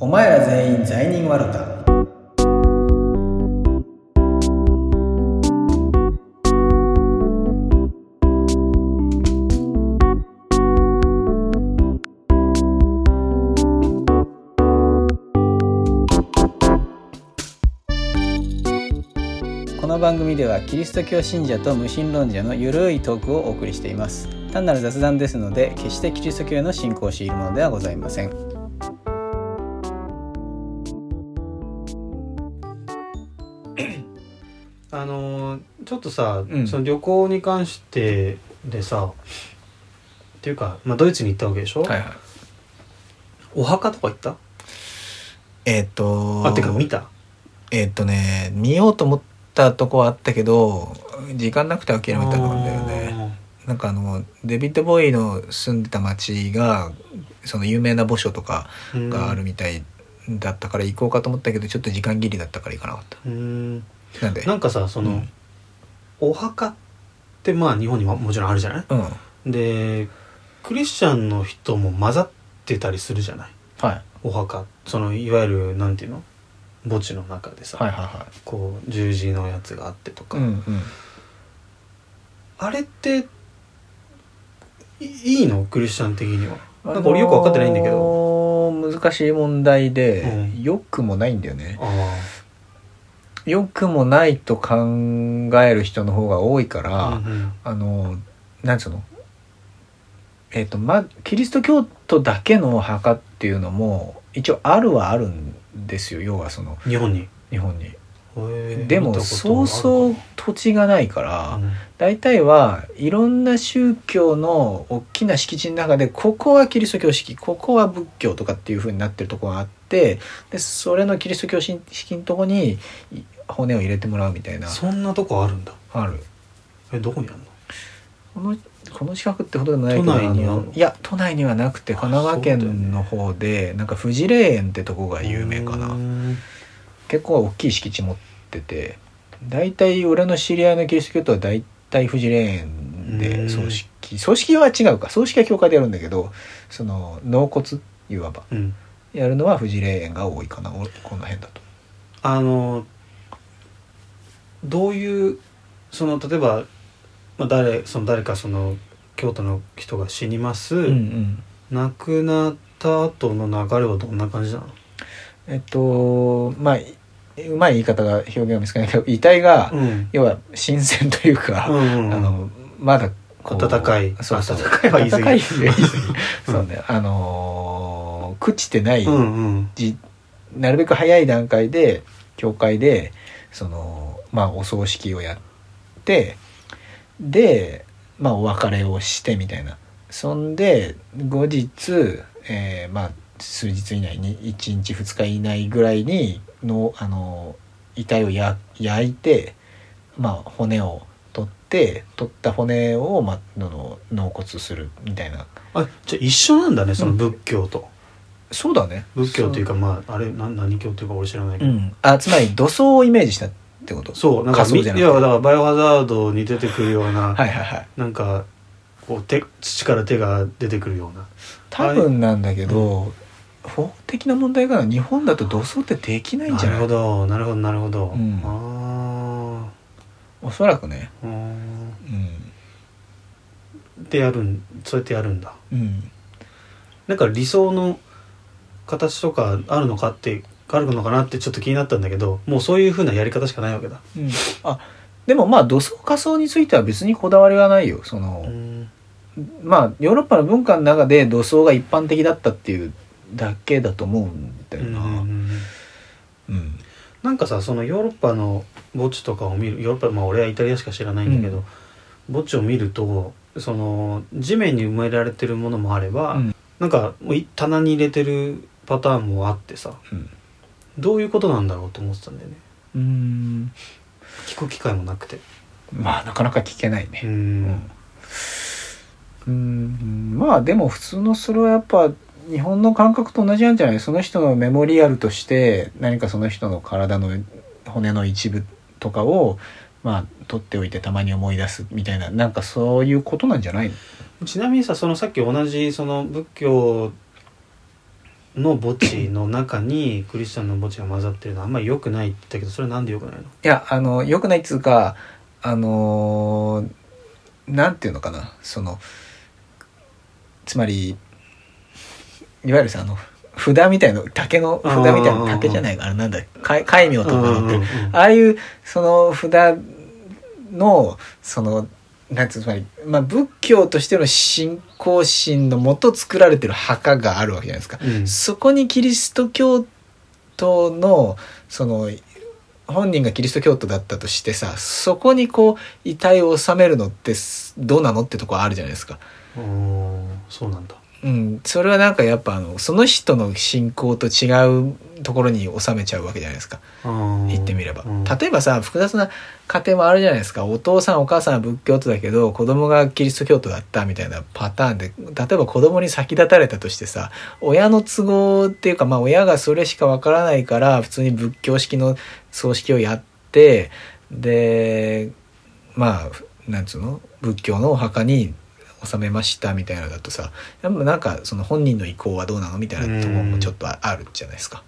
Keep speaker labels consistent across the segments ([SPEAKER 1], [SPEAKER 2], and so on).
[SPEAKER 1] お前ら全員罪人ワルタこの番組ではキリスト教信者と無神論者のゆるいトークをお送りしています単なる雑談ですので決してキリスト教の信仰を強いるものではございません
[SPEAKER 2] あのーちょっとさ、
[SPEAKER 1] うん
[SPEAKER 2] その旅行に関してでさっていうか、まあ、ドイツに行ったわけでしょ、
[SPEAKER 1] いはい
[SPEAKER 2] お墓とか行った
[SPEAKER 3] えっ、と
[SPEAKER 2] あてか見た
[SPEAKER 3] えっ、とね見ようと思ったとこはあったけど時間なくて諦めたんだよねなんかあのデビッド・ボーイの住んでた町がその有名な墓所とか
[SPEAKER 2] あー
[SPEAKER 3] があるみたいだったから行こうかと思ったけどちょっと時間切りだったから行かなかっ
[SPEAKER 2] うんうん
[SPEAKER 3] たなんで
[SPEAKER 2] なんかさその、
[SPEAKER 3] うん
[SPEAKER 2] お墓ってまあ日本にももちろんあるじゃない
[SPEAKER 3] うん
[SPEAKER 2] でクリスチャンの人も混ざってたりするじゃない
[SPEAKER 3] はい
[SPEAKER 2] お墓そのいわゆるなんていうの墓地の中でさ、
[SPEAKER 3] いは
[SPEAKER 2] こう十字のやつがあってとか、
[SPEAKER 3] うんうん
[SPEAKER 2] あれっていいいのクリスチャン的にはなんか俺よく分かってないんだけ
[SPEAKER 3] あ
[SPEAKER 2] ど、
[SPEAKER 3] のー難しい問題で、
[SPEAKER 2] うん
[SPEAKER 3] 良くもないんだよね
[SPEAKER 2] あ
[SPEAKER 3] 良くもないと考える人の方が多いから、
[SPEAKER 2] あうん
[SPEAKER 3] あのなんつうのえっ、とまキリスト教徒だけのお墓っていうのも一応あるはあるんですよ要はその
[SPEAKER 2] うん日本に
[SPEAKER 3] 日本に。
[SPEAKER 2] へえ
[SPEAKER 3] で
[SPEAKER 2] 見
[SPEAKER 3] も
[SPEAKER 2] たこと
[SPEAKER 3] そうそう土地がないか
[SPEAKER 2] あ
[SPEAKER 3] ら
[SPEAKER 2] るのか
[SPEAKER 3] 大体はいろんな宗教の大きな敷地の中でここはキリスト教式ここは仏教とかっていう風になってるとこがあってでそれのキリスト教式のとこにい骨を入れてもらうみたい
[SPEAKER 2] うん
[SPEAKER 3] な
[SPEAKER 2] そんなとこあるんだ
[SPEAKER 3] ある。
[SPEAKER 2] えどこにあるの
[SPEAKER 3] このこの近くってほどでもないけど
[SPEAKER 2] 都内にあるの
[SPEAKER 3] あのいや都内にはなくて
[SPEAKER 2] あ
[SPEAKER 3] 神奈川
[SPEAKER 2] そうだよね
[SPEAKER 3] 県の方で、なんか藤霊園ってとこが有名か
[SPEAKER 2] う
[SPEAKER 3] なん結構大きい敷地持ってて大体俺の知り合いのキリスト教徒は大体藤霊園
[SPEAKER 2] うん
[SPEAKER 3] で葬式葬式は違うか葬式は教会でやるんだけどその納骨いわば
[SPEAKER 2] うん
[SPEAKER 3] やるのは藤霊園が多いかなおこの辺だと。
[SPEAKER 2] あのどういうその例えば、まあ、誰その誰かその京都の人が死にます、
[SPEAKER 3] うんうん
[SPEAKER 2] 亡くなった後の流れはどんな感じなの、
[SPEAKER 3] えっとまあいうまい言い方が表現は見つかんないけど遺体が、
[SPEAKER 2] うん
[SPEAKER 3] 要は新鮮というか。
[SPEAKER 2] うんうん、
[SPEAKER 3] あのまだこう
[SPEAKER 2] 暖かい
[SPEAKER 3] そうそう
[SPEAKER 2] 暖かいは言い過
[SPEAKER 3] 暖
[SPEAKER 2] ぎ
[SPEAKER 3] か言い過ぎ そうねあのー朽ちてない、
[SPEAKER 2] うんうん
[SPEAKER 3] じなるべく早い段階で教会でそのまあお葬式をやってでまあお別れをしてみたいなそんで後日、えーまあ数日以内に1日2日以内ぐらいにのあの遺体をや焼いてまあ骨を取って取った骨を、まあ、のの納骨するみたいな
[SPEAKER 2] あじゃあ一緒なんだねその仏教と、
[SPEAKER 3] そうだね
[SPEAKER 2] 仏教というかまああれな何教というか俺知らないけ
[SPEAKER 3] う
[SPEAKER 2] ど、
[SPEAKER 3] ん、あつまり土葬をイメージしたってこと
[SPEAKER 2] そうなんか
[SPEAKER 3] 仮想
[SPEAKER 2] みい
[SPEAKER 3] じゃ
[SPEAKER 2] や
[SPEAKER 3] なくて
[SPEAKER 2] だからバイオハザードに出てくるよう
[SPEAKER 3] はい
[SPEAKER 2] な、
[SPEAKER 3] はいはい
[SPEAKER 2] なんかこう手土から手が出てくるような
[SPEAKER 3] 多分なんだけど、法的な問題から日本だと土葬ってできないんじゃ
[SPEAKER 2] なる
[SPEAKER 3] ない
[SPEAKER 2] ほどなるほどなるほど、
[SPEAKER 3] うん
[SPEAKER 2] あ
[SPEAKER 3] おそらくね
[SPEAKER 2] あうん
[SPEAKER 3] うん、
[SPEAKER 2] でやるんそうやってやるんだ
[SPEAKER 3] うん、
[SPEAKER 2] なんか理想の形とかあるのかってあるのかなってちょっと気になったんだけどもうそういうふうなやり方しかないわけだ
[SPEAKER 3] うん、あでもまあ土葬火葬については別にこだわりはないよその、
[SPEAKER 2] うん
[SPEAKER 3] まあヨーロッパの文化の中で土葬が一般的だったっていうだけだと思うんだよな
[SPEAKER 2] うんうんうん
[SPEAKER 3] うん
[SPEAKER 2] なんかさそのヨーロッパの墓地とかを見るヨーロッパまあ俺はイタリアしか知らないんだけど、墓地を見るとその地面に埋められてるものもあれば、
[SPEAKER 3] うん
[SPEAKER 2] なんかもうい棚に入れてるパターンもあってさ
[SPEAKER 3] うん
[SPEAKER 2] どういうことなんだろうと思ってたんだよね
[SPEAKER 3] うん
[SPEAKER 2] 聞く機会もなくて
[SPEAKER 3] まあなかなか聞けないね、
[SPEAKER 2] う
[SPEAKER 3] うん
[SPEAKER 2] ん、
[SPEAKER 3] うんまあでも普通のそれはやっぱ日本の感覚と同じなんじゃないその人のメモリアルとして何かその人の体の骨の一部とかをまあ取っておいてたまに思い出すみたいななんかそういうことなんじゃないの
[SPEAKER 2] ちなみにさそのさっき同じその仏教の墓地の中にクリスチャンの墓地が混ざってるのはあんまり良くないって言ったけどそれはなんで良くないの
[SPEAKER 3] いやあの良くないっつうかあのーなんていうのかなそのつまりいわゆるさあの札みたいな竹の札みたい
[SPEAKER 2] うんうんうん
[SPEAKER 3] な
[SPEAKER 2] うん
[SPEAKER 3] 竹じゃないからなんだかい戒名とか
[SPEAKER 2] うんうんう
[SPEAKER 3] っ
[SPEAKER 2] ん
[SPEAKER 3] てああいうその札のそのなんつうのつまり、まあ、仏教としての信仰心のもと作られてる墓があるわけじゃないですか。
[SPEAKER 2] うん
[SPEAKER 3] そこにキリスト教徒のその本人がキリスト教徒だったとしてさそこにこう遺体を納めるのってすどうなのってとこあるじゃないですか。
[SPEAKER 2] おーそうなんだ
[SPEAKER 3] うん、それはなんかやっぱあのその人の信仰と違うところに収めちゃうわけじゃないですか
[SPEAKER 2] 言
[SPEAKER 3] 言ってみれば、
[SPEAKER 2] た
[SPEAKER 3] 例えばさ複雑な家庭もあるじゃないですかお父さんお母さんは仏教徒だけど子供がキリスト教徒だったみたいなパターンで例えば子供に先立たれたとしてさ親の都合っていうか、まあ、親がそれしかわからないから普通に仏教式の葬式をやってでまあなんつうの仏教のお墓に納めましたみたいなのだとさやっぱなんかその本人の意向はどうなのみたいなところもちょっとああるじゃないですか。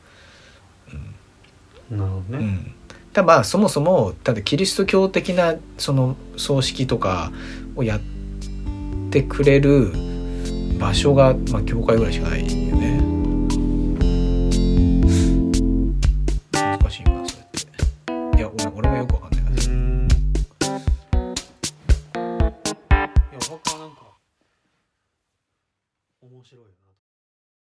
[SPEAKER 2] なるほ
[SPEAKER 3] う
[SPEAKER 2] どね、
[SPEAKER 3] ん、ただまあそもそもただキリスト教的なその葬式とかをやってくれる場所が、まあ、教会ぐらいしかないよね。難しいよなそれって。いや俺俺もよくわかんないな。
[SPEAKER 2] うんいやお墓はなんか面白いよな